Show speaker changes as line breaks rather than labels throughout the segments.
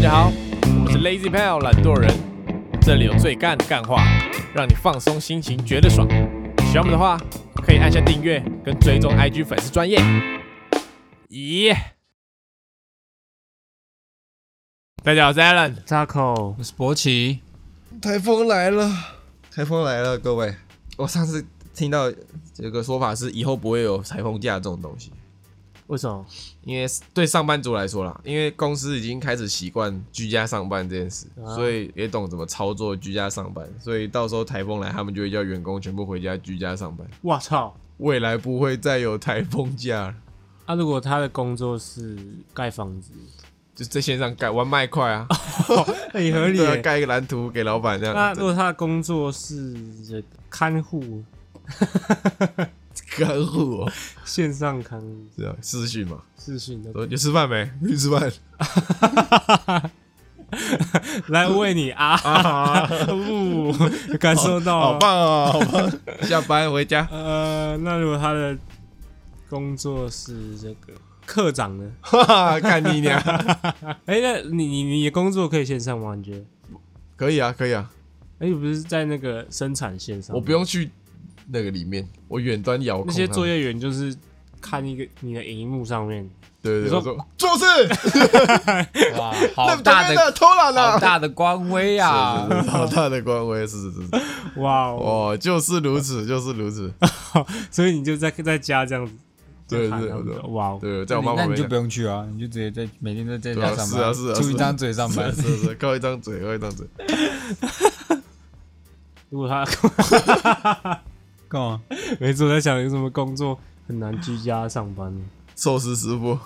家好，我是 Lazy Pal 懒惰人，这里有最干的干话，让你放松心情，觉得爽。喜欢我们的话，可以按下订阅跟追踪 IG 粉丝专业。咦、大家好，我是 Alan。
Taco，
我是博奇，
台风来了，台风来了，各位！我上次听到有个说法是，以后不会有裁缝假这种东西，
为什么？
因为对上班族来说啦，因为公司已经开始习惯居家上班这件事，
啊
所以也懂怎么操作居家上班，所以到时候台风来，他们就会叫员工全部回家居家上班。
我操！
未来不会再有台风假了，
啊，如果他的工作是盖房子，
就在线上盖玩麦块啊，
很哦哎合理
对啊，
耶。
盖一个蓝图给老板这
那
样
如。果他的工作是这个看 护，
干货哦，
线上看护
是啊，私讯嘛，
视讯的，
说你吃饭没？去吃 饭。
来喂你啊！不，感受到
好
了。
棒哦，好棒！下班回家，
呃，那如果他的工作是这个课长呢？
哈哈，看你娘！
哎，那你你你的工作可以线上吗？你觉得？
可以啊，可以啊，
哎，你不是在那个生产线上吗？
我不用去那个里面，我远端遥控
那些
它
作。业员就是看一个你的荧幕 上面，
对对
你
对，我
说
说就是
哇，
那
好
不
大
对
的
的偷懒
好
了，
大的官威啊！
是是是 好大的官威，是是是，是
哇哦！
哦，就是如此，就是如 此。
所以你就在在家这样子，
对
就看
对
他们
对
的哇哦！
对，在
那
我
你
妈
那
旁
你
边
就不。用去啊，你就直接在每天都在
对啊
家上
是啊
班，
是啊
出
是
一
啊
张嘴上班
是。是是，靠一张嘴，靠一张嘴。
如果他
干嘛？
每次我在想有什么工作很难居家上班呢，
寿司师傅，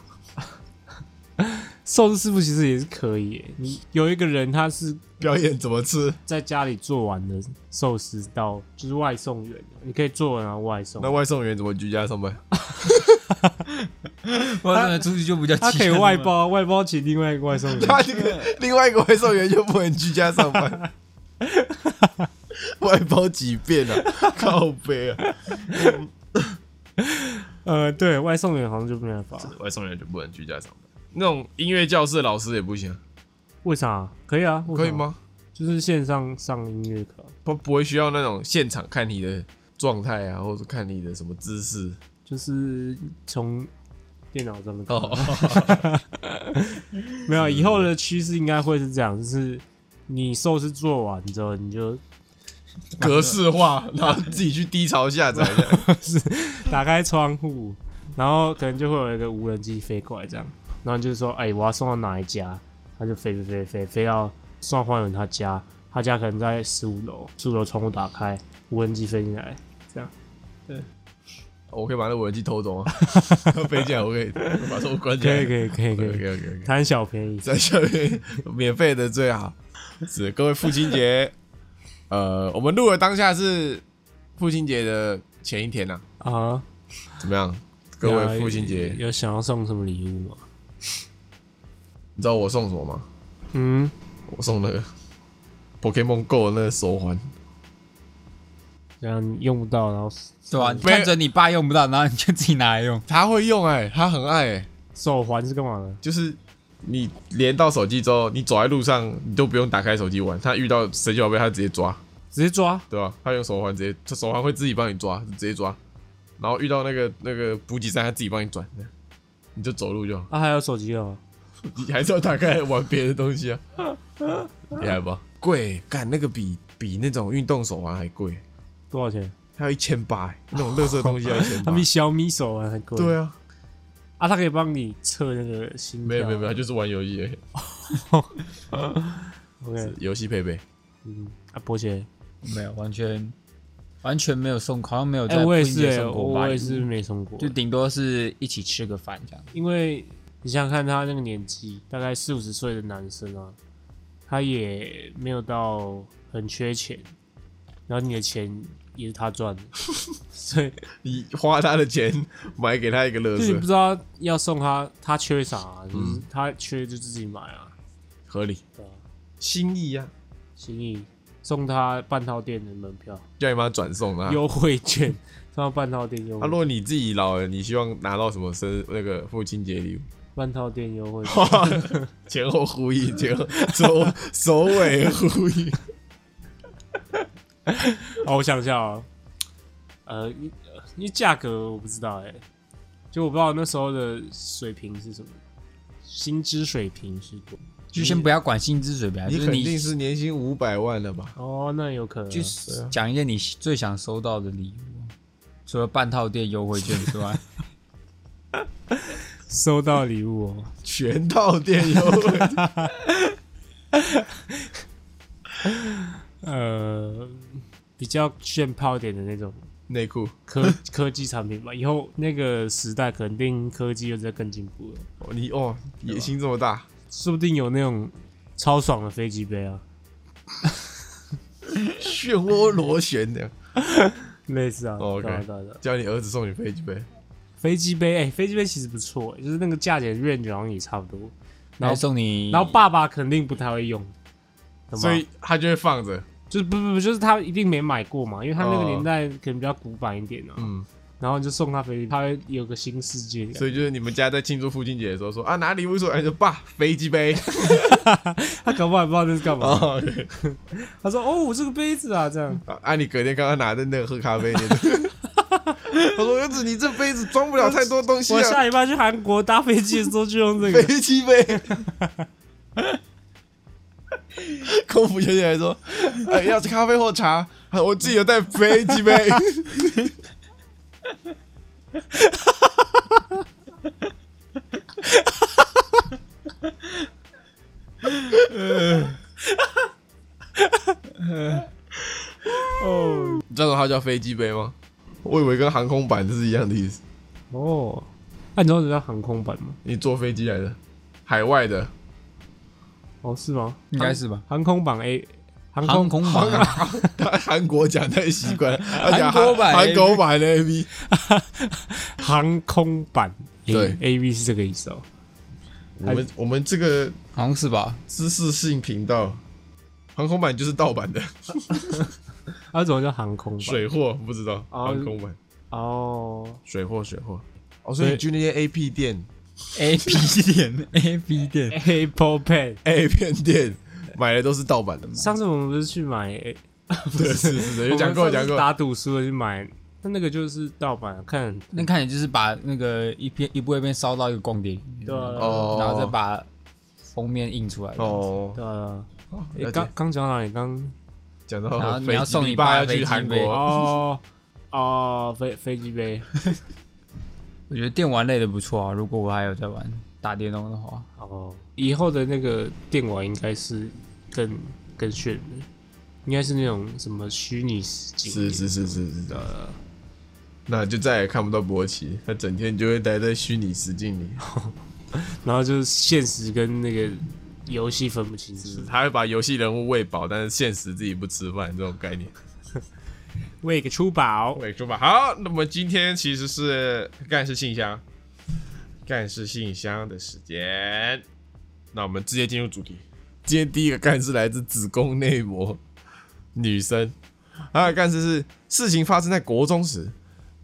寿司师傅其实也是可以耶。你有一个人他是
表演怎么吃？
在家里做完的寿司到就是外送员，你可以做完然后外送
那，外送员怎么居家上班？
我怎么出去就 不叫
他
鸡
可以
了
外？包，外包请另外一个外送 员。
他这个另外一个外送员就不能居家上班， 外包几遍啊，靠背啊，
呃，对外送员好像就没办法，
外送员就不能居家上班。那种音乐教室的老师也不行啊，
为啥？可以啊，为啥
可以？吗？
就是线上上音乐课，啊
他不会需要那种现场看你的状态啊，或者看你的什么姿势
啊就是从电脑上面看。
哦。
没有，以后的趋势应该会是这样，就是你寿司做完之后，你就啊
格式化，然后自己去低潮下载一 下。
打开窗户，然后可能就会有一个无人机飞过来，这样，然后就是说，哎、我要送到哪一家，他就飞飞飞飞飞到送到黄远他家，他家可能在十五楼，十五楼窗户打开，无人机飞进来，
哦我可以把那无人机偷 走啊，飞进来我可以把窗户关起
可
来。
以可以可以可
可以
以，
可以可以。
贪小便宜，
在下面免费的最好。是各位父亲 节，呃，我们录的当下是父亲节的前一天呐、
啊，
怎么样？各位父亲节，
有有想要送什么礼物吗？
你知道我送什么吗？
嗯，
我送那个 Pokemon Go 的那个手环，
这样你用不到，然后
对啊吧？你
没有
看着你爸用不到，然后你就自己拿来用。
他会用哎、他很爱哎、
手环是干嘛的？
就是你连到手机之后，你走在路上，你都不用打开手机玩，他遇到神奇宝贝，他直接抓。
直接抓。
对吧、他用手环直接，他手环会自己帮你抓，直接抓。然后遇到那个那个补给站，他自己帮你转，你就走路就好。
啊，还有手机哦，
你还是要打开来玩别的东西啊，厉害吧？贵，干那个比比那种运动手环还贵，
多少钱？
还要一千八，那种乐色东西要一 千
它
八
比。小米手环还贵。
对
啊，
啊，
它可以帮你测那个心跳。啊
没有没有没有，他就是玩游戏而已，
OK，
游戏配备。
嗯，啊，波姐，
没有，完全完全没有送，好像没有
哎、
在
我也
父亲
是、
节
欸，
送
我
过吧
我也是，没送过，
就顶多是一起吃个饭这样。
因为你想想看，他那个年纪，大概四五十岁的男生啊，他也没有到很缺钱，然后你的钱也是他赚的，所以
你花他的钱买给他一个乐
就你
色
不，知道要送他，他缺啥、啊，就是他缺就自己买啊，
合理
对啊，
心意啊，
心意送他半套店的门票。
叫你妈转送啊。
优惠券， 送到半套店优
啊，
惠
如。果你自己老了，你希望拿到什么生那个父亲节礼物？
半套店优 惠，
前后呼应，前后首首尾呼 应。
哦，我想一下哦，呃，因呃因为价格我不知道哎、就我不知道那时候的水平是什么，薪资水平是多
就先不要管薪资水平啊，
你
就是
肯定
你
是年薪五百万了吧？
哦，那有可能啊
就是讲一件你最想收到的礼物，除了半套店优惠券之外，
收到礼物哦，
全套店优惠，
呃，比较炫炮点的那种
内裤，
科 科技产品吧。以后那个时代肯定科技又在更进步了，
哦你哦野心这么大，
说不定有那种超爽的飞机杯啊，
漩涡螺旋的，
类似啊，
哦，OK
对啊对啊对啊
叫你儿子送你飞机杯，
飞机杯，哎、飞机杯其实不错、就是那个价钱 range 好像也差不多。然
然
后
后送你，
然后爸爸肯定不太会用，懂吗
所以他就会放着。
就是不不不，就是他一定没买过嘛，因为他那个
哦
年代可能比较古板一点啊，
嗯，
然后就送他飞机，他会有个新世界感。
所以就是你们家在庆祝父亲节的时候说啊拿礼物出来，就爸飞机杯。
他搞不好也不知道这是干 嘛。
哦，OK
他说：“哦，我这个杯子啊，这样。
啊，你隔天刚刚拿的 那个喝咖啡，你他说儿子你这杯子装不了太多东西
我
啊，
下礼拜去韩国搭飞机的时候就用这个。
飞机杯。空服小姐还说：“呃，要是咖啡或茶，啊我自己有带飞机杯。
哦”
你知道它叫飞机杯吗？我以为跟航空板是一样的意思。
哦，那你知道什么叫航空版吗？
你坐飞机来的，海外的
哦，是吗？
应该是吧？
航空版 A，航
航
空
空版啊，
他韩国讲太习惯了，而且
韩国版
韩国版的 A V，
航空版 A
对
A V 是这个意思哦。
我们我们这个
好像是吧？
知识性频道，航空版就是盗版的，
啊，怎么叫航空版？
水 货不知道，
啊
哦
航空版
哦，
水货水货。哦，
所
所
以
以你去那些 A P 店、
A P 店，A P 店，
Apple Pen。
A 片店买的都是盗版的，
上次我们不是去买，
对， 是是的，有讲过
我们上
讲
次
过。
打赌输了去买，那那个就是盗版，啊看
嗯
那看起来就是把那个一片一部一片烧到一个光碟里面，
对啊
哦，
然后再把封面印出来。
哦，
对啊。
了解
诶刚刚讲到哪里？刚
讲到
哎然后
飞
你要送你
你爸
爸
要
飞
去
机
韩
杯
国，
哦哦，飞飞机杯。
我觉得电玩类的不错啊，如果我还有在玩打电动的话，
哦，以后的那个电玩应该是更更炫的，应该是那种什么虚拟实景。
是是是是是的，
呃，
那就再也看不到勃起，他整天就会待在虚拟实境里，
然后就是现实跟那个游戏分不清，是不是？
他会把游戏人物喂饱，但是现实自己不吃饭这种概念。
喂个出宝，
喂，猪吧。好，那么今天其实是干事信箱，干事信箱的时间。那我们直接进入主题。今天第一个干事来自子宫内膜女生，她的干事是事情发生在国中时，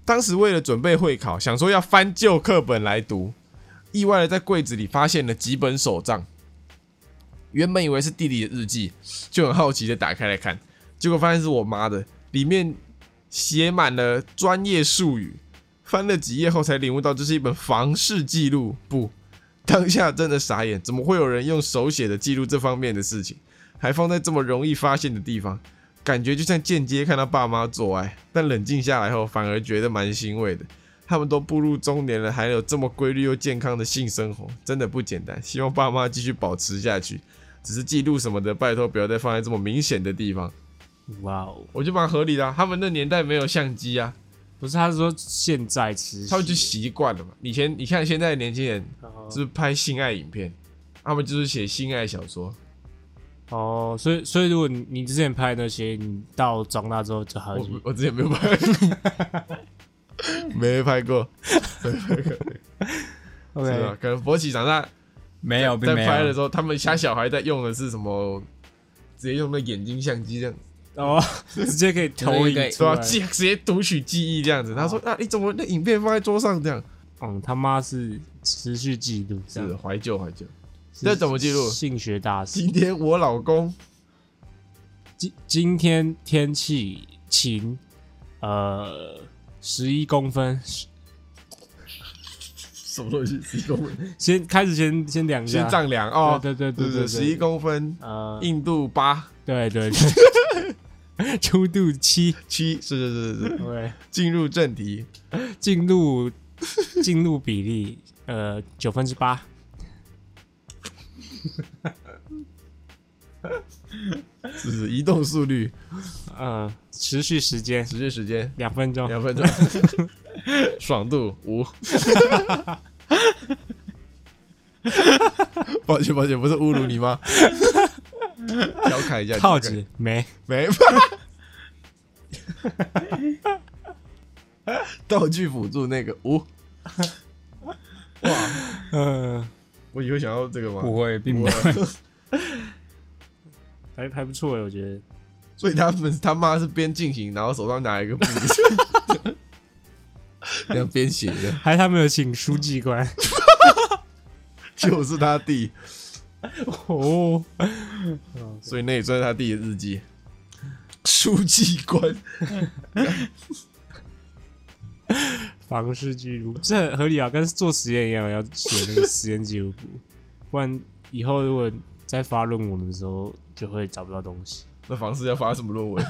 当时为了准备会考，想说要翻旧课本来读，意外的在柜子里发现了几本手账。原本以为是弟弟的日记，就很好奇的打开来看，结果发现是我妈的，里面写满了专业术语。翻了几页后才领悟到，这是一本房事记录簿。 当下真的傻眼，怎么会有人用手写的记录这方面的事情，还放在这么容易发现的地方？感觉就像间接看到爸妈做爱。但冷静下来后，反而觉得蛮欣慰的。他们都步入中年了，还有这么规律又健康的性生活，真的不简单。希望爸妈继续保持下去。只是记录什么的，拜托不要再放在这么明显的地方。
哇哦！
我觉得蛮合理的、啊。他们那年代没有相机啊，
不是，他是说现在吃，
他们就习惯了嘛。以前你看现在的年轻人
哦
是不是拍性爱影片，他们就是写性爱小说。
哦，所以所以如果你你之前拍那些，你到长大之后就还会
我
去
我之前没有拍 过，没拍过，是吧？可能勃起长大
没有，并
在
没
拍的
有。
时候，他们家小孩在用的是什么？直接用那眼睛相机这样，
哦，直接可以投影出
对吧、
来。
啊？记
哦
直接读取记忆这样子。他说：“啊，你怎么那影片放在桌上这样
嗯，他妈是持续记录，这
是
样
怀旧怀旧。
是
这怎么记录
性学大师。
今天我老公
今今天天气晴，呃，十一公分。
什么东西十一公 分，
先开始先先量一下，
先丈量哦，
啊对对对
是
对
不是
对，
十一公分，
呃，
硬度八
对对对， 粗度七，
七，是是是是是。
对，
进入正题，
进入进入比例呃九分之八，
是是移动速率，
呃，持续时间
持续时间
两分钟，
两分钟， 爽度五。抱歉抱歉，不是侮辱你吗？ 调侃一下，
套
调侃
子没，
没道具辅助那个五，
呃，
我以后想要这个吗？啊
不会，并不
我
会。
还还不错欸，我觉得。
所以他们他妈是边进行，然后手上拿一个布，这样边写的，
还他们有请书记官
就是他弟，
哦，
所以那也算是他弟的日记。书记官，
房事记录这很合理啊，跟做实验一样，要写那个实验记录簿，不然以后如果在发论文的时候就会找不到东西。
那房事要发什么论文？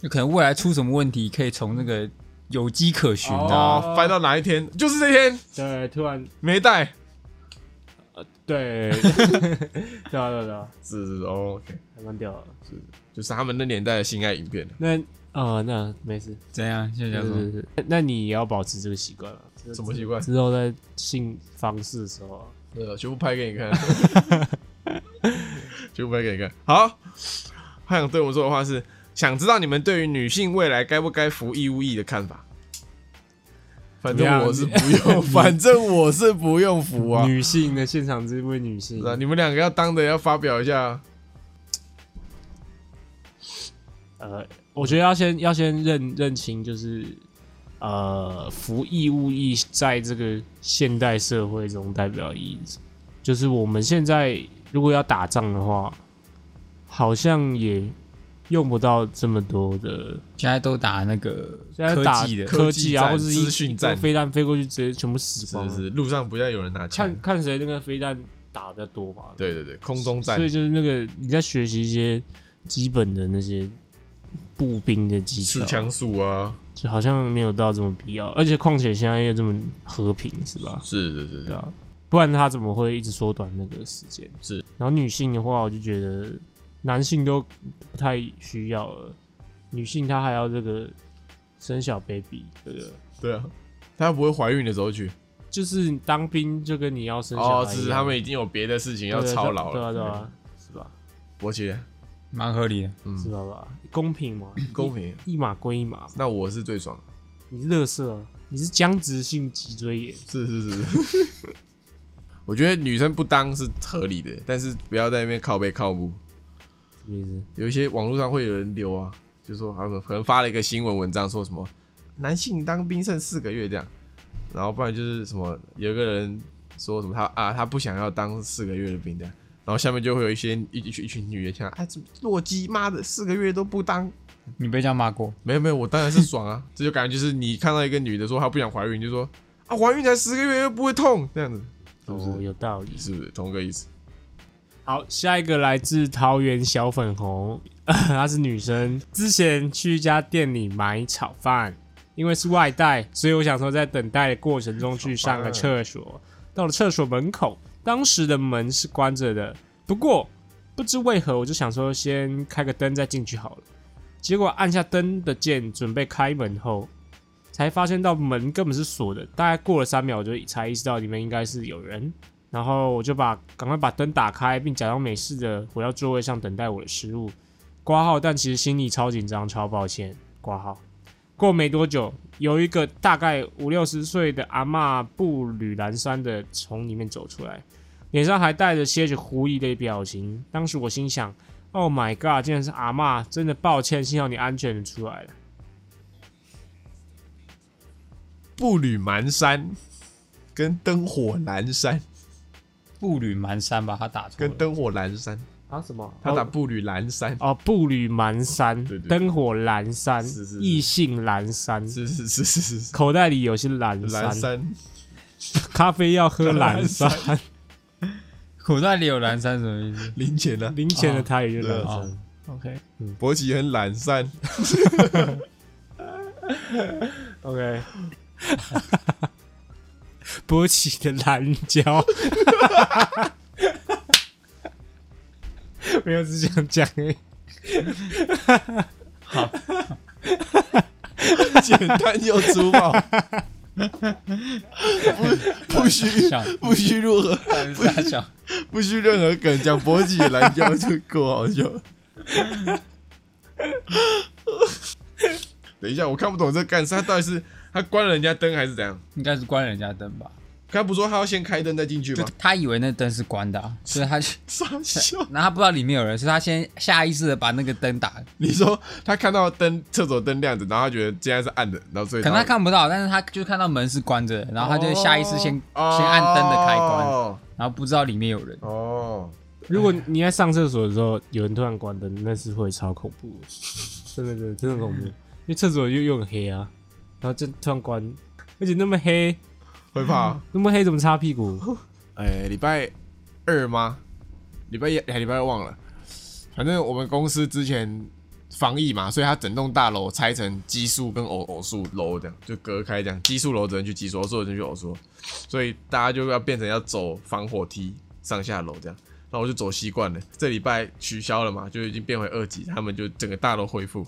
就可能未来出什么问题，可以从那个有迹可循啊。
哦，翻到哪一天？就是这天
对，突然
没带，
对，对啊对啊对啊，
是是是哦，OK，
还蛮屌的。
就是他们那年代的性爱影片。
那呃，那没事，
怎样？现在
对
叫
对
做
对。那那你也要保持这个习惯啊，
什么习惯？
之后在性方式的时候啊，
呃，全部拍给你看， 全部拍给你看。好，他想对我说的话是：想知道你们对于女性未来该不该服义务役的看法？反正我是不用， 反正我是不用服啊。
女性的现场这位女性
是，啊，你们两个要当的要发表一下，
呃，我觉得要先要先认认清，就是呃，服义务役在这个现代社会中代表意义是什么，就是我们现在如果要打仗的话，好像也用不到这么多的
现在都打那个
现在打
科技的，
科技啊，
科技战
或者是一
资讯
一
战
个飞弹飞过去，直接全部死
是
光
不
了。
是？路上不要有人拿枪
看。看谁那个飞弹打的多嘛。
嗯对对对，空中战
所以就是那个你在学习一些基本的那些步兵的技
持
巧，
枪术啊，
就好像没有到这么必要。而且况且现在又这么和平，是吧？
是是是
对
是，
啊，不然他怎么会一直缩短那个时间？
是。
然后女性的话，我就觉得男性都不太需要了，女性她还要这个生小 baby，对不对？
对啊，他不会怀孕的时候去
就是你当兵就跟你要生小
哦，
孩一样，
是他们已经有别的事情要
对对
操劳
对
了，
啊
嗯
对啊，是吧？
伯爵
蛮合理的。
是吧？吧公平嘛，
公平。
一一码归一码，
那我是最爽，
你是乐色啊，你是僵直性脊椎炎，
是是是是。 我觉得女生不当是合理的，但是不要在那边靠背靠步。
什么意思？
有一些网络上会有人留啊，就说他们可能发了一个新闻文章，说什么男性当兵剩四个月这样，然后不然就是什么有一个人说什么他啊他不想要当四个月的兵这样，然后下面就会有一些一一群一群女人想，哎、怎么洛基妈的四个月都不当，
你被这样骂过？
没有没有，我当然是爽啊！这就感觉就是你看到一个女的说她不想怀孕，就说啊怀孕才十个月又不会痛，这样子是不是？
哦，有道理。
是不是同个意思？
好，下一个来自桃园小粉红， 她是女生，之前去一家店里买炒饭，因为是外带，所以我想说在等待的过程中去上个厕所。到了厕所门口，当时的门是关着的，不过不知为何我就想说先开个灯再进去好了。结果按下灯的键，准备开门后，才发现到门根本是锁的。大概过了三秒，我就才意识到里面应该是有人。然后我就把赶快把灯打开，并假装没事的回到座位上等待我的食物。挂号，但其实心里超紧张，超抱歉。挂号。过没多久，有一个大概五六十岁的阿嬷步履蹒跚的从里面走出来，脸上还带着些许狐疑的表情。当时我心想：“Oh my god，竟然是阿嬷，真的抱歉，幸好你安全的出来了。
步履蹒跚，跟灯火阑珊，
步履蹒跚吧，他打错
跟
了。
灯火阑珊，
啊什么？
他打步履阑珊，
哦，步履蹒跚
对，对
灯火阑珊
是是，是
意兴阑珊，
是是是是是是，
口袋里有些阑
阑
珊，
珊，
咖啡要喝阑珊，
口袋里有蓝山什么 意思？
零钱呢？
零钱的他也就阑
哦
珊。
，OK，
博奇很懒散，
OK，勃起的蓝椒， 没有只想讲而已。
简单又粗暴，不不 需
想
不需如何
大小
不需任何梗，讲博奇蓝椒就够好笑。等一下，我看不懂这干事，他到底是他关了人家灯还是怎样？
应该是关人家灯吧？
他不说他要先开灯再进去
就
吗？
他以为那灯是关的、啊，所以他去，
傻笑！
然后他不知道里面有人，所以他先下意识的把那个灯打，
你说他看到灯，厕所灯亮着，然后他觉得现在是暗的，然后所以
可能他看不到，但是他就看到门是关着的，然后他就下意识先、先按灯的开关，
哦
然后不知道里面有人。
哦，
如果你在上厕所的时候，有人突然关灯，那是会超恐怖的，真的真的真的恐怖，因为厕所又又很黑啊，然后就突然关，而且那么黑，
会怕。
那么黑怎么擦屁股？
哎，礼拜二吗？礼拜一还礼拜二忘了。反正我们公司之前防疫嘛，所以他整栋大楼拆成奇数跟偶偶数楼这样，就隔开这样。奇数楼只能去奇数，偶数只能去偶数，所以大家就要变成要走防火梯上下楼这样。那我就走习惯了，这礼拜取消了嘛，就已经变回二级，他们就整个大楼恢复，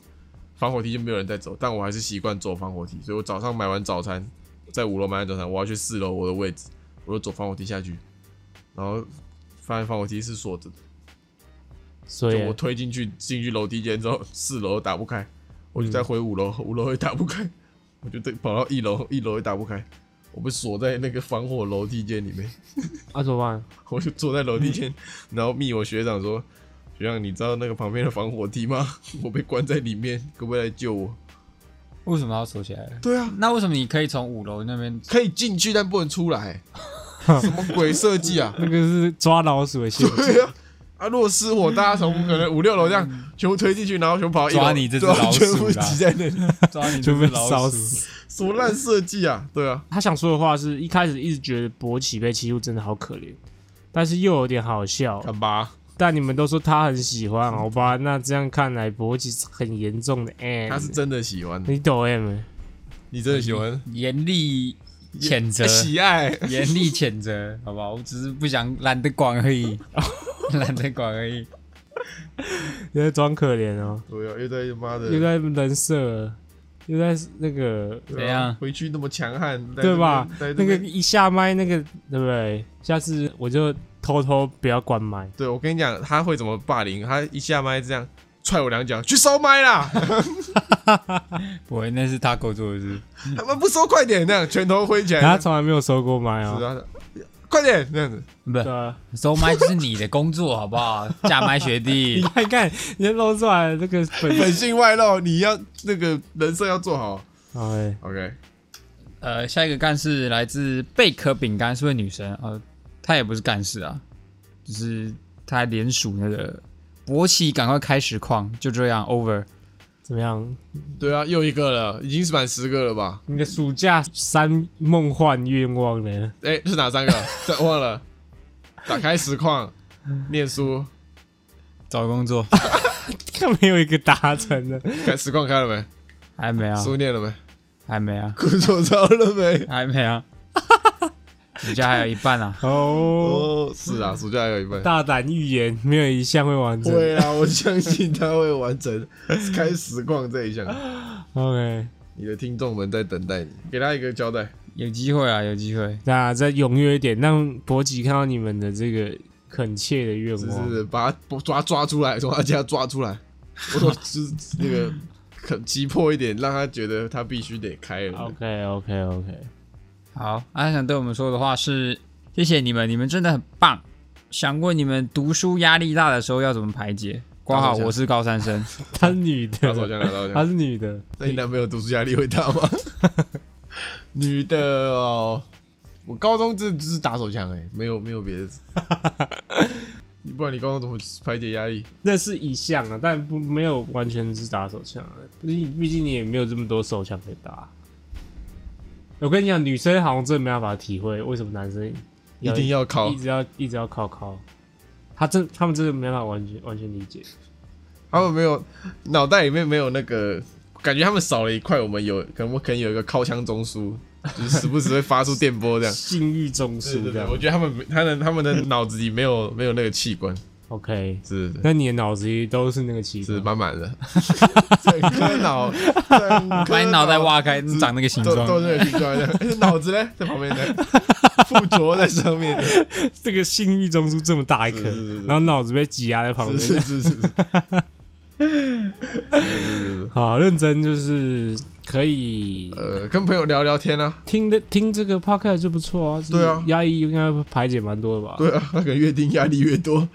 防火梯就没有人在走，但我还是习惯走防火梯，所以我早上买完早餐，在五楼买完早餐，我要去四楼我的位置，我就走防火梯下去，然后发现防火梯是锁着的，
所
就
以
我推进去进去楼梯间之后，四楼打不开，我就再回五楼，五楼也打不开， 我就得跑到一楼， 一楼也打不开，我被锁在那个防火楼梯间里面。
啊怎么办？
我就坐在楼梯间，然后密我学长说：“学长，你知道那个旁边的防火梯吗？ 我被关在里面，可不可以来救我
为什么他要锁起来了？”？
对啊，
那为什么你可以从五楼那边？
可以进去，但不能出来， 什么鬼设计啊？
那个是抓老鼠的陷阱。
对啊，啊，如果失火，大家从可能五六楼这样全部推进去，然后全部跑到一楼
抓你这只
对啊
老鼠
全部
啦
挤在那里，
抓 你
就被
这只老
烧
鼠
死。
什么烂设计啊？对啊，
他想说的话是一开始一直觉得勃起被欺负真的好可怜，但是又有点好笑。
看吧，
但你们都说他很喜欢，好吧？那这样看来，勃起是很严重的 M。
他是真的喜欢，
你懂 M？欸
你真的喜
嗯
欢，哎
严厉谴责，
喜爱，
严厉谴责，好不好？我只是不想懒得管而已， 懒得管而已。
你在装可怜哦，
对啊，又在妈的
又。在人设，又在那个，
对啊
怎样
回去那么强悍，在
对
这
吧
边在这
那个
边
一下麦，那个对不对？下次我就偷偷不要关麦。
对，我跟你讲，他会怎么霸凌？他一下麦这样踹我两脚，去收麦 啦！
不会，那是他给我做的事。
他们不收，快点！哎那样拳头挥起来，
他从来没有收过麦
是
哦。
啊，快点！那样 子，
不
对啊，
是，收麦就是你的工作， 好不好？架麦学
你
弟，
看看，你露出来那个 本
本性外露，你要那个人设要做好。
哎，
OK，
呃，下一个干事来自贝壳饼干，是位女生，呃，她也不是干事啊，就是她联署那个博奇赶快开实况，就这样 over。
怎么样？
对啊，又一个了，已经是满十个了吧？
你的暑假三梦幻愿望呢？
哎、是哪 三个？这忘了。打开实况，念书，
找工作
他没有一个达成的。
开实况开了没？
还没啊，
书念了没？
还没啊，
工作找了没？
还没 啊，暑假还有一半啊。
哦，
哦，是啊，暑假还有一 半。
大胆预言，没有一项会完成。
会啊，我相信他会完 成开实况这一项。
OK，
你的听众们在等待你，给他一个交代。
有机会啊，有机会。
那再踊跃一点，让博吉看到你们的这个恳切的愿
是
望。
是是，把他抓抓出来，从他家抓出来。我说就是那个很急迫一点，让他觉得他必须得开了。
OK OK OK，
好，阿想对我们说的话是：谢谢你们，你们真的很棒。想问你们读书压力大的时候要怎么排解？挂好，我是高三生。
她是女
打手
的，
枪，打手
她
枪。
是女的。
那你男朋友读书压力会大吗？女的哦，我高中这只是打手枪哎、没有没有别的。你不然你高中怎么排解压力？
那是一项啊，但不没有完全是打手枪啊，毕竟毕竟你也没有这么多手枪可以打。我跟你讲，女生好像真的没办法体会为什么男生
一定要靠
一直要一直要靠靠，他真他们真的没办法完全完全理解。
他们没有脑袋里面没有那个，感觉他们少了一块。我们有可能我可能有一个靠枪中枢，就是时不时会发出电波这样。
性欲中
是
枢这
的，
样
我觉得他们没他的他们的脑子里没有没有那个器官，
，OK？
是的
那你的脑子里都是那个器
是
官，
满满的， 整颗脑，整颗
把你脑袋挖开，长那个形
都
状。
都是那个 形状这样，哎脑子呢在旁边 呢，附着在上面，
这个性欲中枢这么大一颗
是是是，是
然后脑子被挤压在旁
是
边，
是是是是。是
好认真就是可以
呃，跟朋友聊聊天啊，
听的听这个 podcast 就不错啊，
对啊
压抑应该排解蛮多的吧，
对啊，那个越定压力越多。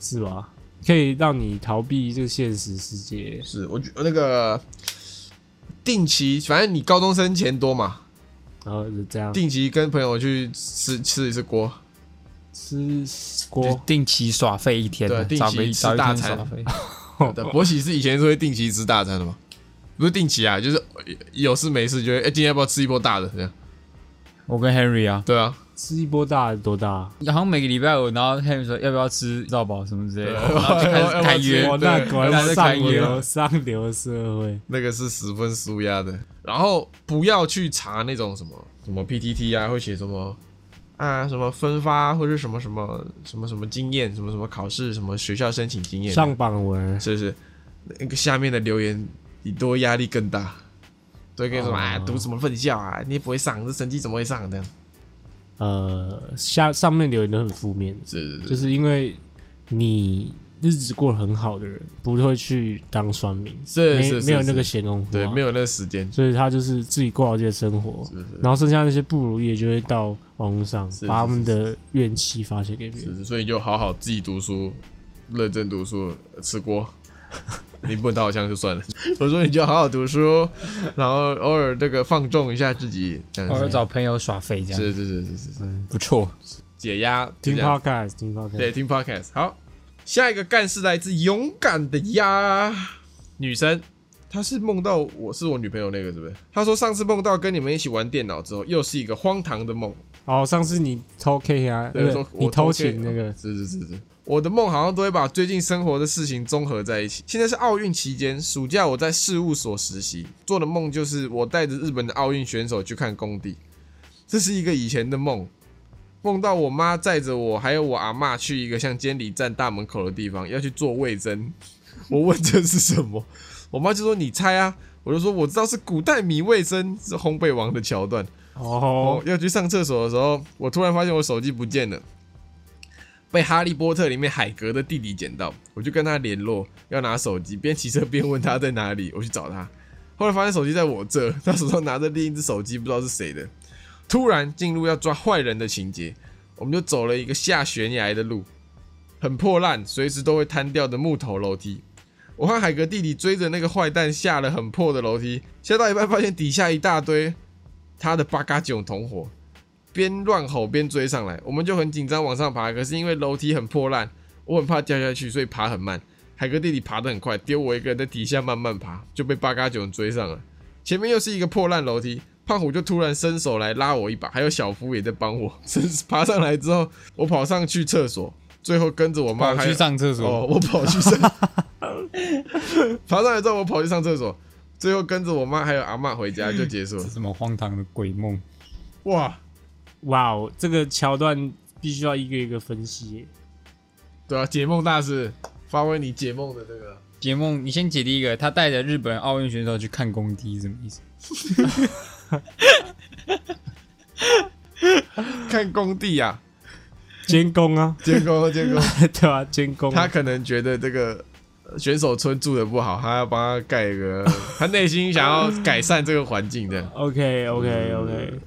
是吧？可以让你逃避这个现实世界，
是我觉那个定期，反正你高中生钱多嘛，
然后就这样
定期跟朋友去吃吃一次锅，
吃
就
锅，
定期耍废一天啊，
对定
找
期
一
吃
找一
大
天
餐
耍废。
对，博喜是以前是会定期吃大餐的嘛，不是定期啊，就是有事没事就会，哎、今天要不要吃一波大的？这样，
我跟 Henry 啊，
对啊，
吃一波大的多大？
好像每个礼拜五，然后 Henry 说要不要吃绕堡什么之类的，然后就
要要
开始开
对
约
要。
哇，那果然是上
对
流上流社会，
那个是十分舒压的。然后不要去查那种什么什么 PTT 啊，会写什么啊什么分发或者什么什么什么什么经验，什么什么考试，什么学校申请经验，
上榜文，
是不是？那个下面的留言你多压力更大，所以跟你说
哦
啊，读什么分校啊，你也不会上，这成绩怎么会上这样？
呃，下上面留言都很负面，
是是，
就是是因为你日子过得很好的人，不会去当酸民，
是
没
是是
没有那
是
个闲工夫，啊
对，没有那个时间，
所以他就是自己过好自己的生活，
是是
然后剩下那些不如意的就会到网络上
是
把他们的怨气发泄给别
是
人。
是，所以你就好好自己读书，认真读书，吃锅。 你不能打我枪就算了， 我说你就好好读书，然后偶尔这个放纵一下自己，这
偶
样
尔
子。
找朋友耍废这样，
是是是是是是，
不错。
解压，就
听
这样
podcast，听 podcast，
对，听 podcast。好，下一个干是来自勇敢的鸭女生，她是梦到我是我女朋友那个是不是？她说上次梦到跟你们一起玩电脑之后，又是一个荒唐的梦。
哦，上次你偷 K 啊，
对，
不是
说我
你偷
窃
情那个，
是是是是。我的梦好像都会把最近生活的事情综合在一起。现在是奥运期间，暑假我在事务所实习，做的梦就是我带着日本的奥运选手去看工地，这是一个以前的梦，梦到我妈载着我还有我阿嬷去一个像监理站大门口的地方要去做味增。我问这是什么，我妈就说你猜啊，我就说我知道是古代米味增，是烘焙王的桥段。哦
哦，，
要去上厕所的时候，我突然发现我手机不见了，被《哈利波特》里面海格的弟弟捡到，我就跟他联络，要拿手机，边骑车边问他在哪里，我去找他。后来发现手机在我这，他手上拿着另一只手机，不知道是谁的。突然进入要抓坏人的情节，我们就走了一个下悬崖的路，很破烂，随时都会瘫掉的木头楼梯。我和海格弟弟追着那个坏蛋下了很破的楼梯，下到一半发现底下一大堆他的八嘎囧同伙，边乱吼边追上来，我们就很紧张往上爬。可是因为楼梯很破烂，我很怕掉下去，所以爬很慢。海哥弟弟爬得很快，丢我一个人在底下慢慢爬，就被八嘎囧追上了。前面又是一个破烂楼梯，胖虎就突然伸手来拉我一把，还有小夫也在帮我。 伸爬上来之后，我跑上去厕所，最后跟着我妈
跑
还有
去上厕所
哦，，我跑去上， 爬上来之后我跑去上厕所，最后跟着我妈还有阿嬷回家就结束了
这。什么荒唐的鬼梦？
哇，
哇哦，这个桥段必须要一个一个分析耶。
对啊，解梦大师发挥你解梦的这个，
解梦，你先解第一个，他带着日本奥运选手去看工地，什么意思？
看工地啊，，
监工啊
监 工监工，
对啊，监工啊、
他可能觉得这个呃选手村住的不好，他要帮他盖一 个，他内心想要改善这个环境的，
OK OK OK，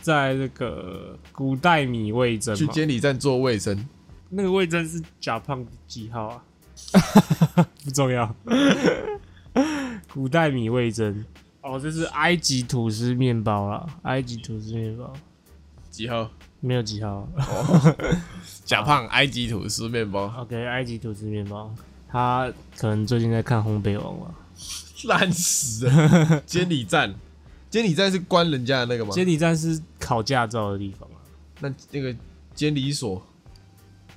在这个古代米味噌
去
嘛，
监理站做卫生。
那个味噌是假胖的记号 啊，不重 要。古代米味噌，哦，这是埃及吐司面包啦，埃及吐司面包。
几号？
没有几 号。
假胖埃及吐司面包，
OK，埃及吐司面包，他可能最近在看《烘焙王》吧。
烂死 了！监理站，监理站是关人家的那个吗？
监理站是考驾照的地方啊，
那那个监理所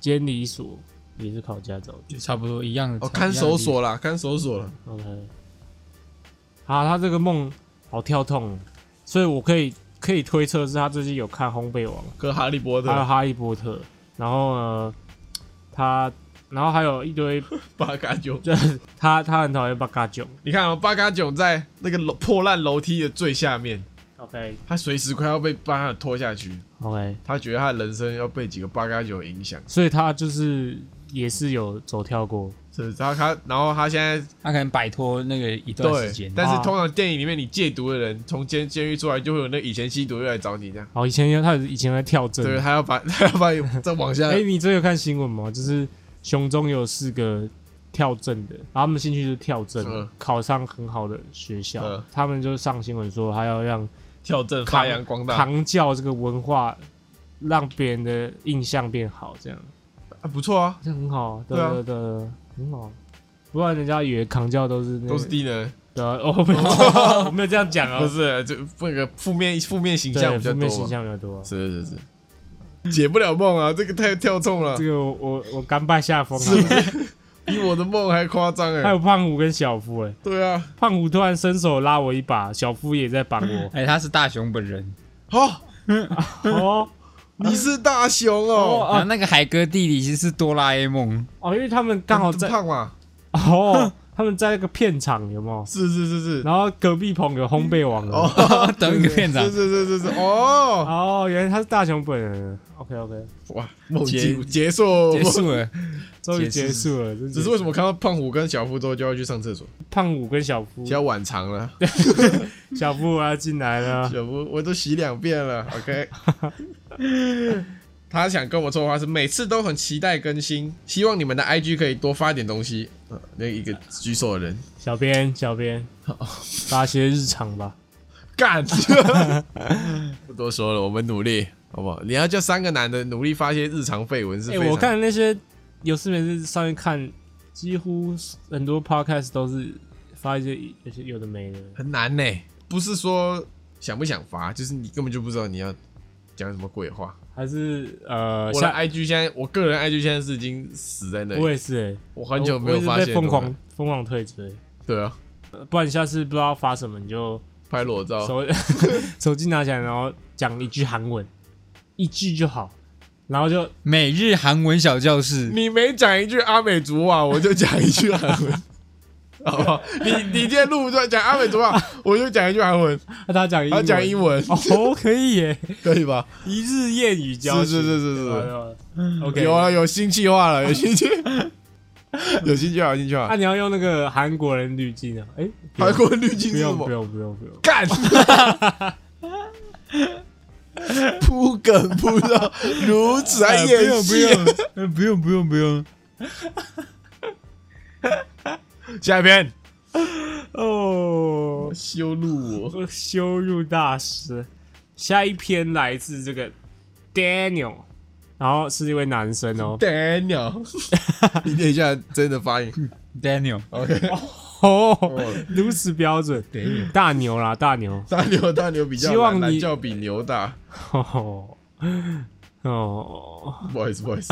监理所也是考驾照的地
就差不多一样的。
哦，看守所啦，看守所了。
方。OK，好，啊他这个梦好跳痛哦，所以我可以可以推测是他最近有看《烘焙王》，
跟哈利波
还有《
特、
哈利波特》，然后呢，他然后还有一堆，，
巴嘎囧
就是他他很讨厌八嘎囧。
你看啊、巴嘎囧在那个楼破烂楼梯的最下面，
OK
他随时快要被巴嘎囧拖下去，
OK，
他觉得他的人生要被几个巴嘎囧影响，
所以他就是也是有走跳过。
是然后他，然后他现在
他可能摆脱那个一段时间，
但是通常电影里面你戒毒的人从监监狱出来，就会有那以前吸毒又来找你这样。
好，以前他以前在跳针，
对，他要把 他要把你再往下
哎、，你这有看新闻吗？就是熊中有四个跳正的，然后他们兴趣就是跳正，
嗯
考上很好的学校，
嗯
他们就上新闻说他要让
跳正发扬光大，
扛教这个文化，让别人的印象变好，这样
啊不错啊，
这很好啊，对
对啊
对对，对很好。啊不然人家以为扛教都是那
都是
个
低能，
对啊，哦，我没有我没有这样讲啊
不，是就那个负面负面形象
对，
比较
负面形
多嘛，
象比较多啊。
是是是，解不了梦啊，这个太跳中 了
这，个我我我甘拜下风啊，
比我的梦还夸张
还
哎，
有胖虎跟小夫哎、
对啊，
胖虎突然伸手拉我一把，小夫也在绑我。
哎、他是大雄本人，
好，
哦
你是大熊哦，
然后
哦
那个海哥弟弟其实是哆啦 A 梦，
哦，因为他们刚好
这么
在
胖嘛，
哦，他们在那个片场有没有？
是是是是，
然后隔壁棚有烘焙王哦，
等一个片长
是，是是是是，哦，
哦，原来他是大雄本人。OK OK，
哇，梦
结
境结束
结束了。
终于结束了。
只是为什么看到胖虎跟小夫之后就要去上厕所，
胖虎跟小夫
比，较晚长了。
小夫我要进来了。
小夫 我都洗两遍了，OK。他想跟我说的话是，每次都很期待更新，希望你们的 IG 可以多发点东西。呃那一个举手的人
小编，小编，
哦
发些日常吧。
干，不多说了，我们努力，好不好？你要叫三个男的努力发些日常绯闻是非
哎，
常。
我看那些有事没事上面看，几乎很多 podcast 都是发一些有些有的没的。
很难呢、不是说想不想发，就是你根本就不知道你要讲什么鬼话。
还是呃，
我的
下
IG 现在，我个人 IG 现在是已经死在那
我
里，
也是哎。
我很久没
我
有
一直
发
被
现
疯
了
狂疯狂退追，
对啊，
呃不然下次不知道发什么，你就
拍裸照。
手、 手机拿起来，然后讲一句韩文，一句就好，然后就
每日韩文小教室，
你每讲一句阿美族话， 我就讲一句韩文， 好不好？你你今天录段讲阿美族 话，我就讲一句韩文，
啊他讲英
他
文，
讲英文，
哦，可以耶，
可以吧？
一日谚语教
是
学
是是是
对吧
是，
对吧 OK，
有啊，有新计划了，有新计， 有新计划，有新计
那
划。
你要用那个韩国人滤镜啊？哎，不用
韩国滤镜
不
是什
用不
么？
用不用不用，
干！ 铺梗铺到如此爱
哎
演戏，
不呃用，不用，不用，不用。
下一篇
哦，
羞辱 我，
羞辱大师。下一篇来自这个 Daniel，然后是一位男生 哦，
Daniel，你念一下真的发音
Daniel，
，OK。
哦， 如此标准，大牛啦，大牛，
大牛大牛比较
希望
难
你
懒觉比牛大，
哦哦，
不好意思不好意思，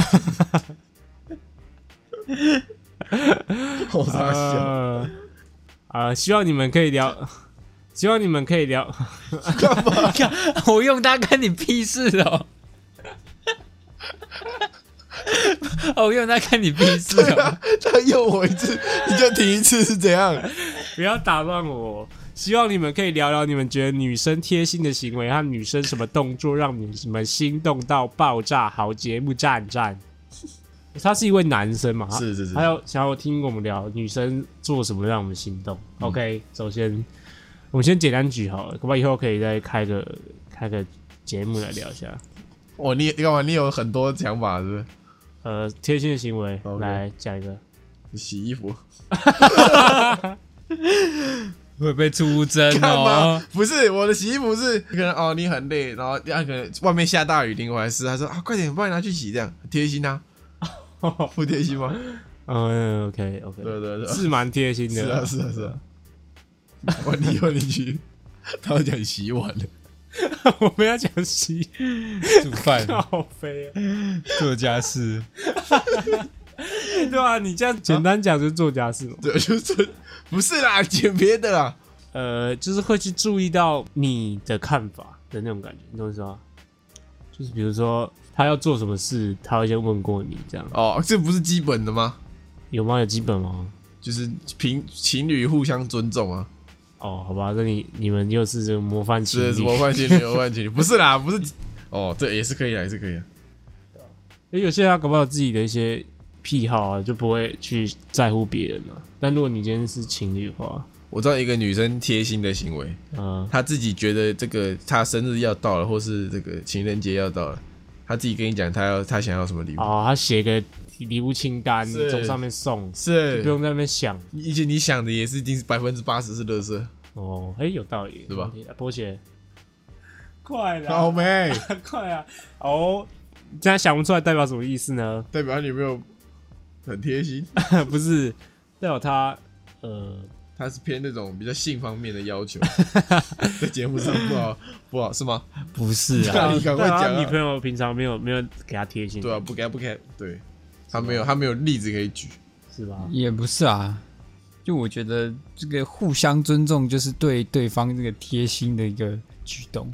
好傻笑，
呃呃，希望你们可以聊，希望你们可以聊，
我用它干你屁事哦！ 我用它干你屁事哦！
他又我一次，你就停一次是怎样？
不要打乱我。哦希望你们可以聊聊你们觉得女生贴心的行为和女生什么动作让你们心动到爆炸。好节目赞赞。他是一位男生嘛？
是是是
还有想要听我们聊女生做什么让我们心动、o
嗯
k 首先我们先简单举好了，恐怕以后可以再开个开个节目来聊一下。
哦，你你干嘛？你有很多想法是不是？
呃，贴心的行为
OK
来讲一个。
你洗衣服，
会被出征
干嘛
哦。？
不是我的洗衣服是可能哦，你很累，然后他可能外面下大雨，淋完湿，他说啊，快点帮你拿去洗，这样贴心啊，不贴心吗？
嗯，OK
对
OK，
对对，
是蛮贴心
是
的
啊，。是啊，是啊。哦我理我邻 居，他们讲洗碗的，
我们要讲洗
煮饭、
好肥啊，
做家事，
对啊，你这样简单讲就是做家事嘛。
对，就是不是啦，捡别的啊啦。
呃，就是会去注意到你的看法的那种感觉，你懂我意思吗？就是比如说他要做什么事，他会先问过你，这样
哦，这不是基本的吗？
有吗？有基本吗？
就是平情侣互相尊重啊，
哦，好吧，那你你们又是这个模范情
是
侣，
什么换情侣，模范情侣，不是啦，不是。哦，对，也是可以啊，也是可以啊。
因为有些人他搞不好有自己的一些癖好啊，就不会去在乎别人了、但如果你今天是情侣的话，
我知道一个女生贴心的行为，
嗯、
她自己觉得这个她生日要到了，或是这个情人节要到了，她自己跟你讲她要她想要什么礼物，
哦，他写个礼物清单
是
从上面送，
是
不用在那边想。
而且你想的也是，一定是百分之八十是乐色，
哦，哎、有道理，
是吧
啊？波姐，快
好
啦，
没？
快啊！哦，这样想不出来代表什么意思呢？
代表女朋友很贴心，
不是代表他呃，
她是偏那种比较性方面的要 求，在节目上不好不好是
嗯
吗？
不是啊，
那你赶快
代表
讲
他女朋
啊！
友平常没有没有给他贴心，
对啊，不给她不给她，对她没有她没有例子可以举，
是吧？
也不是啊。就我觉得这个互相尊重，就是对对方这个贴心的一个举动，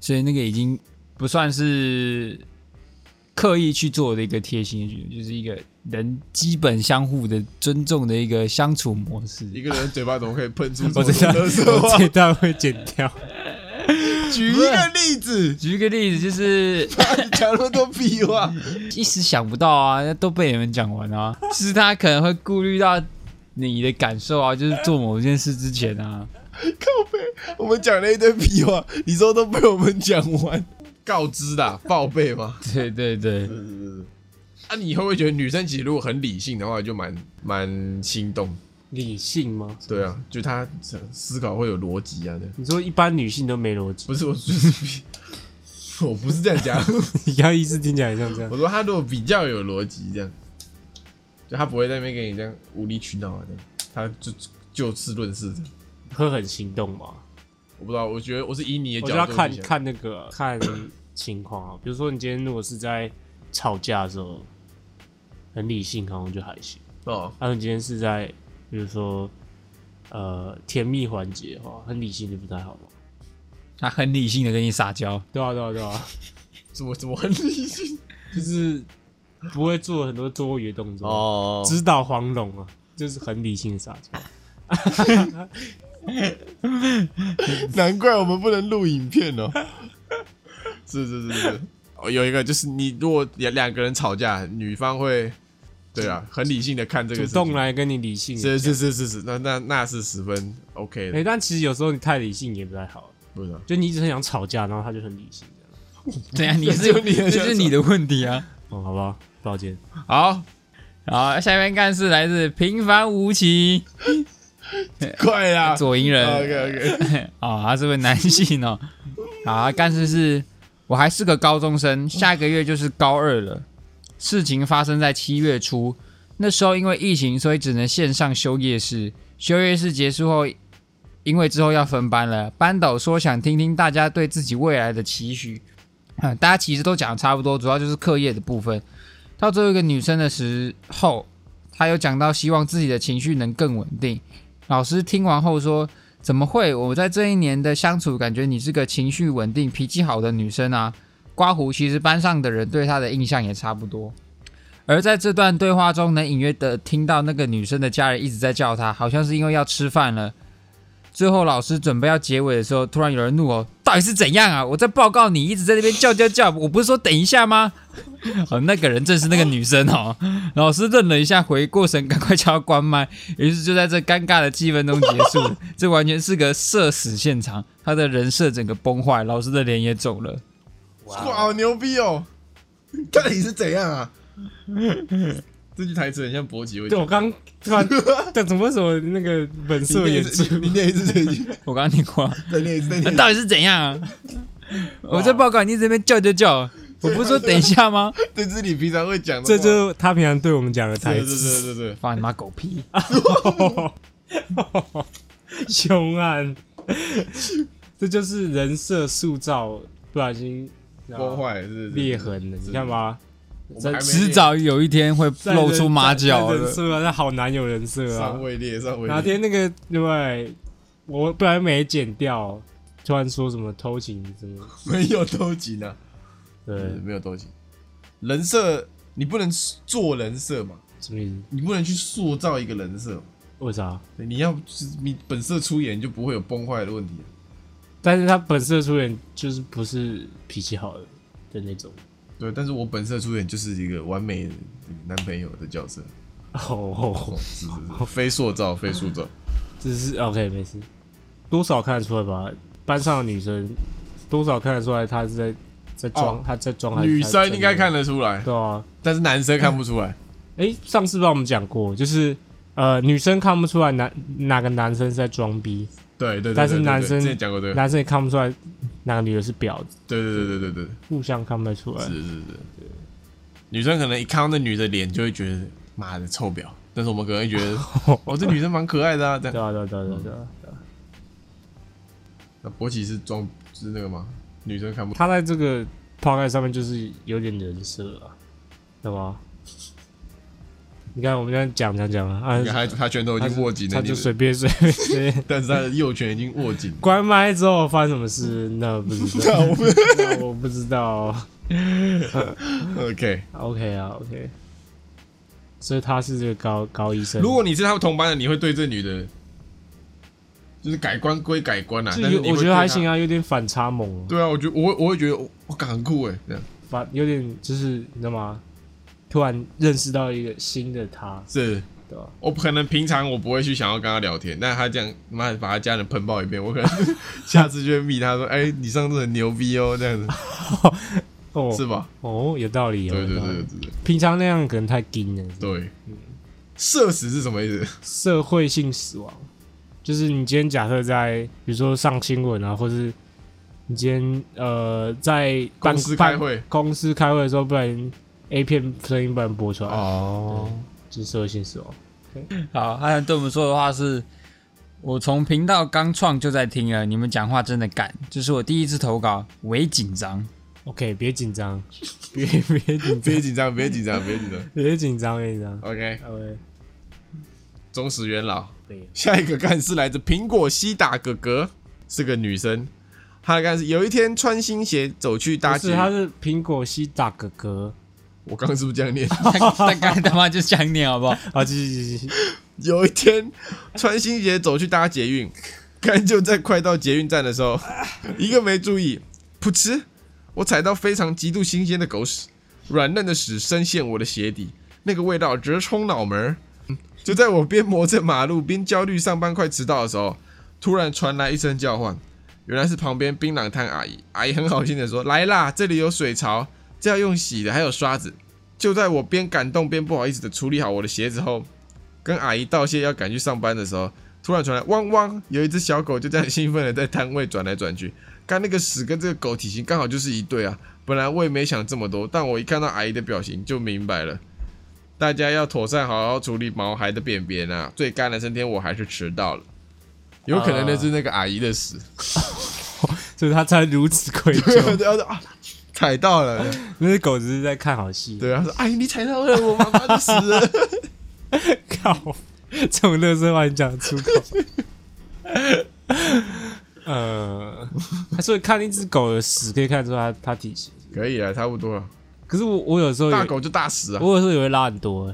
所以那个已经不算是刻意去做的一个贴心的举动，就是一个人基本相互的尊重的一个相处模式。，
一个人嘴巴怎么可以喷出
我
这
这
种
段
乐色话
我？这段会剪掉。
举一个例子
举一个例子，就是
讲那么多屁话，
一时想不到啊，都被你们讲完啊。就是他可能会顾虑到你的感受啊，就是做某件事之前啊，
靠背，我们讲了一堆屁话，你说都被我们讲完，告知啦， 报备吗？
对对对，
啊，你会不会觉得女生其实如果很理性的话，就蛮蛮心动？
理性吗？
对啊，就她思思考会有逻辑啊的。
你说一般女性都没 逻辑，
不是我，就是比我不是这样讲，
你刚刚意思听起来像这样。
我说她如果比较有逻辑，这样，就她不会在那边跟你这样无理取闹啊，这样，她就就事论事的。
会很心动吗？
我不知道，我觉得我是以你的
我觉得要
角度
看
去想
看 那个看情况啊，比如说你今天如果是在吵架的时候，很理性，好像就还行。
哦，
但、啊、你今天是在比如说呃甜蜜环节的话，很理性就不太好嘛。
他很理性的跟你撒娇，
对啊，对啊，对啊，
怎么怎么很理性
就是不会做很多多余的动作，
哦啊
知道黄龙啊，就是很理性的撒娇。
难怪我们不能录影片哦。 是是是是，哦，有一个就是你如果两两个人吵架，女方会，对啊，很理性的看这个
主
事情
动，来跟你理性，
是是是是是，那那那是十分 OK
哎、
的，
但其实有时候你太理性也不太好，
不是啊？
就你一直很想吵架，然后他就很理性这 样。
怎样？啊你
这
是
就你的
这是你的问题啊。
哦，好吧，抱歉。
好，好，下面干事来自平凡无奇
哎
快啦
左营人
，OK OK，
啊、他是位男性哦。啊，干事是，我还是个高中生，下个月就是高二了。事情发生在七月初，那时候因为疫情，所以只能线上休夜市。休夜市结束后，因为之后要分班了，班导说想听听大家对自己未来的期许。啊，大家其实都讲的差不多，主要就是课业的部分。到最后一个女生的时候，她有讲到希望自己的情绪能更稳定。老师听完后说：“怎么会？我在这一年的相处，感觉你是个情绪稳定、脾气好的女生啊。刮胡其实班上的人对她的印象也差不多。而在这段对话中，能隐约的听到那个女生的家人一直在叫她，好像是因为要吃饭了。最后老师准备要结尾的时候，突然有人怒吼：“到底是怎样啊？我在报告你，一直在那边叫叫叫，我不是说等一下吗？” 哦，那个人正是那个女生哦。老师愣了一下，回过神，赶快叫她关麦。于是就在这尴尬的气氛中结束 了，这完全是个社死现场，他的人设整个崩坏，老师的脸也肿了。
哇，好牛逼哦！到底是怎样啊？ 这句台词很像博奇会
对，
讲。
我刚 突然，但怎么为什么那个本
你
色
念一
演
次
出？
你你念一次这一句，
我刚刚听过啊，
再念一 次，再
那
念一次。
到底是怎样啊？我这报告你这边叫就叫，我不是说等一下吗？
这是你平常会讲的话。
这就是他平常对我们讲的台
对对
词，
对对对，
放你妈狗屁！
啊 凶案。这就是人设塑造不小心啊
崩坏是是是
裂痕了，你看吧，
我们还没
迟早有一天会
在人
露出马脚
在人
的。
设啊，那好难有人设啊
上。位列上位
哪
列，
天那个对不对？我不然没剪掉，突然说什么偷情什么，
没有偷情啊，
对，
对没有偷情。人设你不能做人设嘛，
什么意思？
你不能去塑造一个人设嘛，
为啥？
对你要你本色出演就不会有崩坏的问题啊。
但是他本色出演就是不是脾气好的的那种。
对，但是我本色出演就是一个完美的男朋友的角色，
哦，
是 是是，非塑造，非塑造。
只是 OK 没事，多少看得出来吧？班上的女生多少看得出来，她是在在装，
哦
她在装。
女生应该看得出来，
对啊。
但是男生看不出来。
诶，上次帮我们讲过，就是呃，女生看不出来男哪个男生是在装逼，
对对对，
但是
对对
男生
之前讲过这个，
男生也看不出来哪个女的是婊子，
对对对对对对，
互相看不出来
是。是是是。女生可能一看到那女的脸就会觉得妈的臭婊，但是我们可能会觉 得哦这女生蛮可爱的啊。这样
对啊，对啊，对啊，对啊对啊。对啊
那博奇是装是那个吗？女生看不
他在这个 p o d 上面就是有点人设啊，对吧？你看我们这样讲讲讲啊，
你看他他拳头已经握紧了
他
你
就
的，
随便随便随便
但是他的右拳已经握紧。
关麦之后发生什么事，那不知道，那啊我不知道。
OK，
OK 啊，OK。所以他是这个高高医生，
如果你啊是他们同班的，你会对这女的，就是改观归改观啊，
就
但是
有
你
我
会
觉
对
得
她
还行。啊，有点反差萌，
对啊，我觉得我会我会觉得我感很酷哎，这样
反有点就是你知道吗？突然认识到一个新的他，
是。
对吧？
我可能平常我不会去想要跟他聊天，但他这样妈把他家人喷爆一遍，我可能 下次就会密他说：“哎、你上次很牛逼哦，这样 子
哦
是吧
哦，有道理，？”有道
对
理
对对对对
平常那样可能太硬了，
对，社死是什么意思？
社会性死亡，就是你今天假设在，比如说上新闻啊，或是你今天呃在办
公司开会
办公司开会的时候，不然 A 片声音不然播出来，
哦，
就是社会性死亡。
好，他对我们说的话是：我从频道刚创就在听了，你们讲话真的敢，这是我第一次投稿，微紧张。
OK，别紧张，别别紧张，
别紧张，别紧张，别紧张。
别紧张，别紧张。
OK，
OK，
忠实元老，
对，
下一个干是来自苹果西打哥哥，是个女生。她的干是有一天穿新鞋走去搭
不
捷
是，他是苹果西打哥哥。
我刚刚是不是这样念？
大大概他妈就想你好不好？
啊，继续继续，
有一天，穿新鞋走去搭捷运，刚就在快到捷运站的时候，一个没注意，噗嗤，我踩到非常极度新鲜的狗屎，软嫩的屎深陷我的鞋底，那个味道直冲脑门儿。就在我边磨着马路边焦虑上班快迟到的时候，突然传来一声叫唤，原来是旁边槟榔摊阿姨。阿姨很好心的说：“来啦，这里有水槽，这要用洗的，还有刷子。”就在我边感动边不好意思的处理好我的鞋子后，跟阿姨道谢要赶去上班的时候，突然传来汪汪，有一只小狗就这样兴奋的在摊位转来转去。刚那个屎跟这个狗体型刚好就是一对啊！本来我也没想这么多，但我一看到阿姨的表情就明白了，大家要妥善好好处理毛孩的便便啊！最干的那天我还是迟到了，有可能那是那个阿姨的屎，
所以他才如此愧 疚。
然后说啊踩到了，
那只狗只是在看好戏，
对啊，说阿姨你踩到了，我妈妈的屎了。
靠，这种乐色话你讲得出口？呃，所以看一只狗的屎可以看出它它体型。
可以啊，差不多了，
可是我我有时候
大
也
狗嗯就大屎啊，
我有时候也会拉很多，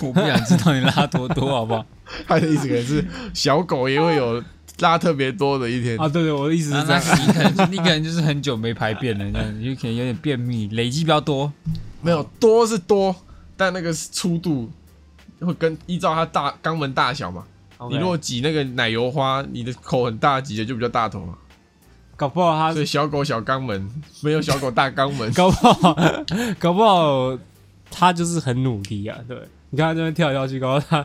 我不想知道你拉多多好不好？
他的意思可能是小狗也会有拉特别多的一天
啊，对对，我的意思
那
是这
那
样。
你可能你可能就是很久没排便了，这样你就可能有点便秘，累积比较多。
没有多是多，但那个粗度会跟依照它大肛门大小嘛。你如果挤那个奶油花，你的口很大，挤的就比较大头嘛。
搞不好 它，
所以小狗小肛门没有小狗大肛门
搞不好搞不好他就是很努力啊，对，你看他这边跳来跳去，然后他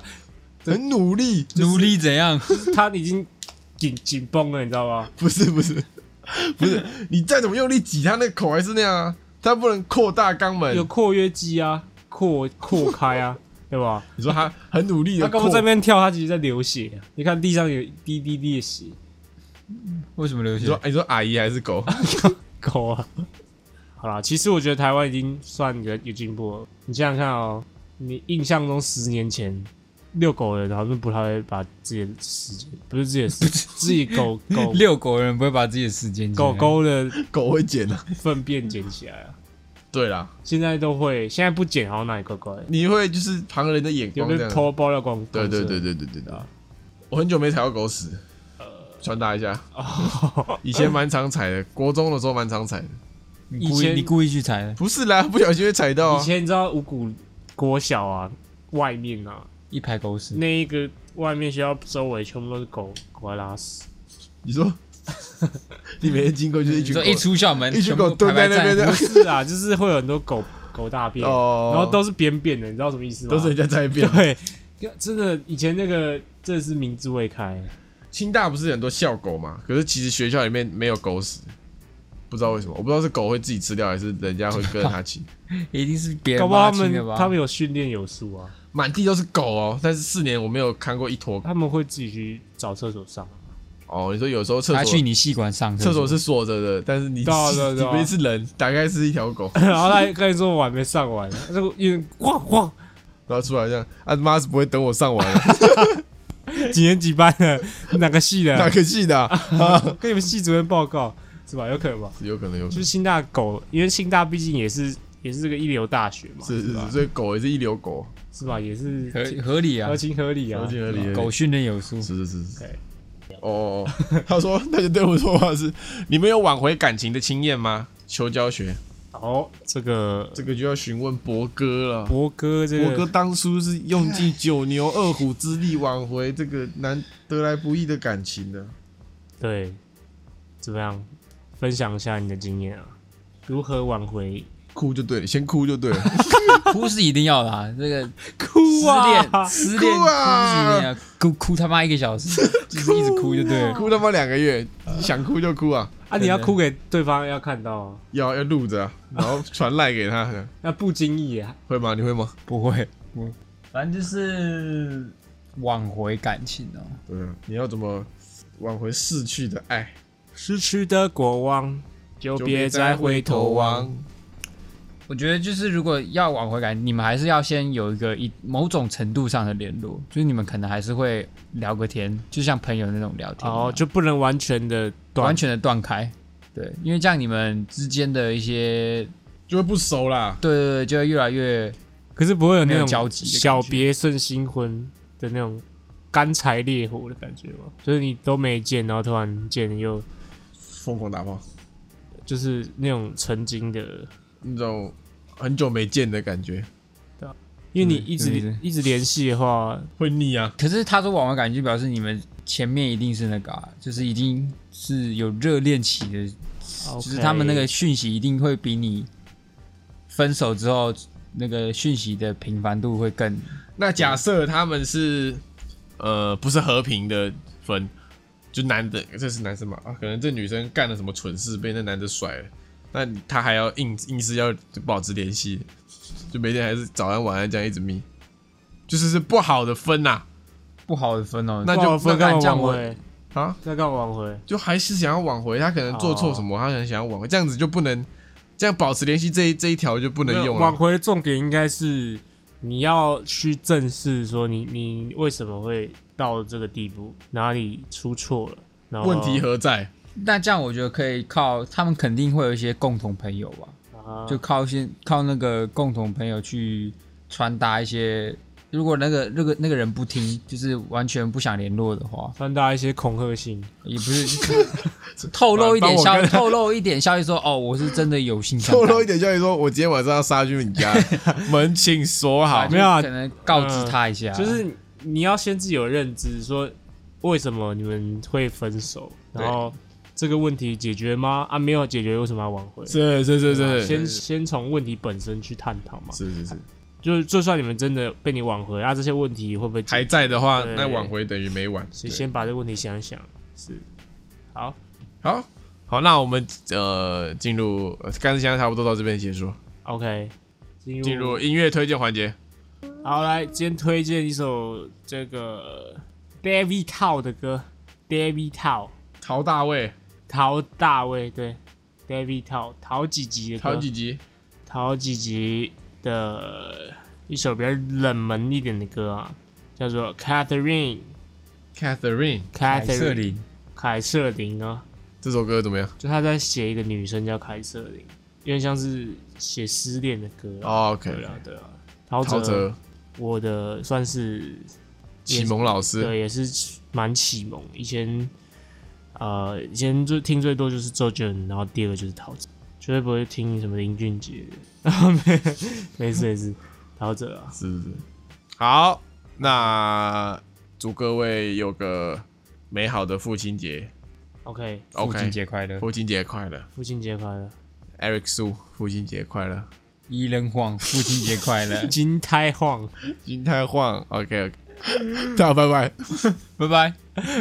很努力，
努力怎样？
他已经紧紧绷了，你知道吗？
不是不 是不是，你再怎么用力挤，他那个口还是那样啊，他不能扩大肛门
有。括约肌啊，扩扩开啊，对吧？
你说他很努力
他
的
刚
扩
刚，在那边跳，他其实在流血、啊，你看地上有一滴滴滴的血，
为什么流
你
血
说？哎你说阿姨还是狗？
狗啊。好啦，其实我觉得台湾已经算有有进步了。你想想看哦，你印象中十年前遛狗的人好像不太会把自己的时间，不是自己的时间，自己狗狗
遛狗的人不会把自己的时间
狗狗的
狗会捡啊。
粪便捡起来啊。
对啦，
现在都会，现在不捡好像哪里怪怪的，
你会就是旁人的眼
有
光
没
这
有
样。
偷爆料光？
对对对对对对对。我很久没踩到狗屎，传达一下，
哦，
以前蛮常踩的，国中的时候蛮常踩的。
你故
以
意
前
你故意去踩的，
不是啦，不小心会踩到
以
啊。
前你知道五谷国小啊，外面啊，
一排狗屎，
那一个外面学校周围全部都是狗狗在 拉屎，
你说，你每天经过就是一
你
群
说
狗，
一出校门，
一群
全部
狗蹲
排
在
排
那边这
站
样
不是啊，就是会有很多狗狗大便，
哦，
然后都是扁扁的，你知道什么意思吗？
都是人家在变。
对，真的以前那个真的是明智未开，
清大不是很多校狗嘛？可是其实学校里面没有狗屎，不知道为什么，我不知道是狗会自己吃掉，还是人家会跟着它起。
一定是别
哎
搞
人
不好
挖
他
亲的吧
们？他们有训练有素啊，
满地都是狗哦，但是四年我没有看过一坨狗
他们会自己去找厕所 上。
哦。你说有时候厕
他去
所
你系馆上
厕所是锁着的，但是你
对啊对啊
里
对啊
面是人，打开是一条狗，
然后他跟你说我还没上完，他就有点晃晃，
然后出来这样，啊妈是不会等我上完的，
几年几班的，哪个系的，
哪个系的啊？
跟你们系主任报告是吧？有可能吧？
有可能有可
就
能
是新大狗，因为新大毕竟也是也是这个一流大学嘛，
是是
吧
是，？所以狗也是一流狗，
是吧？也是
合合理啊
合，情合理啊
合，情合理合理。
狗训练有素，
是是是是
OK。
哦哦，哦他说，那就对我说话是，你们有挽回感情的经验吗？求教学，
哦，这个
这个就要询问博哥了。
博哥这
博哥
个
当初是用尽九牛二虎之力挽回这个难得来不易的感情的。
对，怎么样？分享一下你的经验啊，如何挽回
哭就对了，先哭就对了。
哭是一定要的啊，这个
哭
啊失恋失恋
哭啊
哭是一定要哭哭他妈一个小 时，就是一直哭就对了。
哭他妈两个月，想哭就哭啊，
啊！你要哭给对方要看到啊，
要要录着啊，然后传赖给他，
那不经意啊，
会吗？你会吗？
不会，不，反正就是挽回感情哦。
对啊，你要怎么挽回逝去的爱？
失去的过往就别再回头啊望。，
我觉得就是如果要挽回感，你们还是要先有一个一某种程度上的联络，就是你们可能还是会聊个天，就像朋友那种聊天一样，
哦，就不能完全的断，
啊完全的断开。对，因为这样你们之间的一些
就会不熟啦。
对对对，就会越来越
可是不会有那
没有
种
交集的感
小
觉
别胜新婚的那种干柴烈火的感觉吗？就是你都没见，然后突然见又
疯狂打炮，
就是那种曾经的，
那种很久没见的感觉，
因为你
嗯
一直、
对对对
一直联系的话，
会腻啊。
可是他说挽回感就表示你们前面一定是那个、啊，就是已经是有热恋期的，就是他们那个讯息一定会比你分手之后那个讯息的频繁度会更
那假设他们是呃不是和平的分，就男的这是男生嘛啊，可能这女生干了什么蠢事被那男的甩了，那你他还要硬硬是要保持联系，就每天还是早安晚安这样一直密，就是是不好的分呐
不好的分哦。
那就
就分干嘛
那这样
挽
我
回？
啊
那干嘛挽回？
就还是想要挽回，他可能做错什
哦
么，他可能想要挽回，这样子就不能。这样保持联系这一这一条就不能用
挽
了，
回的重点应该是你要去正视说你你为什么会到这个地步，哪里出错了，然后
问题何
哦
在？
那这样我觉得可以靠他们肯定会有一些共同朋友吧，
啊
就靠先靠那个共同朋友去传达一些。如果那个那个那个人不听，就是完全不想联络的话，
传达一些恐吓性。
也不 是透露一点
帮我
消
跟
息， 透露一点消息说，哦，我是真的 有心想
透露一
点
点消息说，我今天晚上要杀去你 家，门请锁好。
没有啊
可能告知他一
嗯
下，
就是你要先自己有认知，说为什么你们会分手，
对
然后这个问题解决吗？啊，没有解决，为什么要挽回？
是是是
啊
是，
先先从问题本身去探讨嘛。
是是是，
就是就算你们真的被你挽回啊，这些问题会不会解
还在的话，
对
那挽回等于没挽。
所以
对
先把这个问题想一想。
是
好，
好好，那我们呃进入呃干事箱差不多到这边结束，
OK，进入
进入音乐推荐环节。
好来，今天推荐一首这个 David Tao 的歌，David Tao
陶大卫，
陶大卫对 David Tao 陶几吉的歌，
陶几集？
陶几吉的一首比较冷门一点的歌啊，叫做 Catherine
Catherine
凯瑟
Catherine
琳，
凯瑟琳啊，
这首歌怎么样？
就他在写一个女生叫凯瑟琳，有点像是写失恋的歌啊。
哦，OK，
对啊，对啊，陶
陶
喆
喆
我的算是
启蒙老师，
对，也是蛮启蒙。以前呃，以前就听最多就是周杰伦，然后第二个就是陶喆，绝对不会听什么林俊杰。 没没事没事，陶喆啊，
是是是。好，那祝各位有个美好的父亲节
OK，
父亲
，OK，
节快乐！
父亲节快乐
父亲节快乐，！
，Eric Su，父亲节快乐，
伊人晃，父亲节快乐
金太晃，
金太晃，OK，好，拜拜。
拜拜。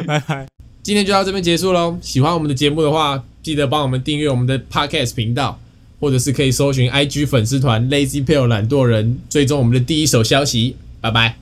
拜拜。
今天就到这边结束喽。喜欢我们的节目的话，记得帮我们订阅我们的 Podcast 频道，或者是可以搜寻 IG 粉丝团 Lazy p a l e 懒惰人，追踪我们的第一手消息。拜拜。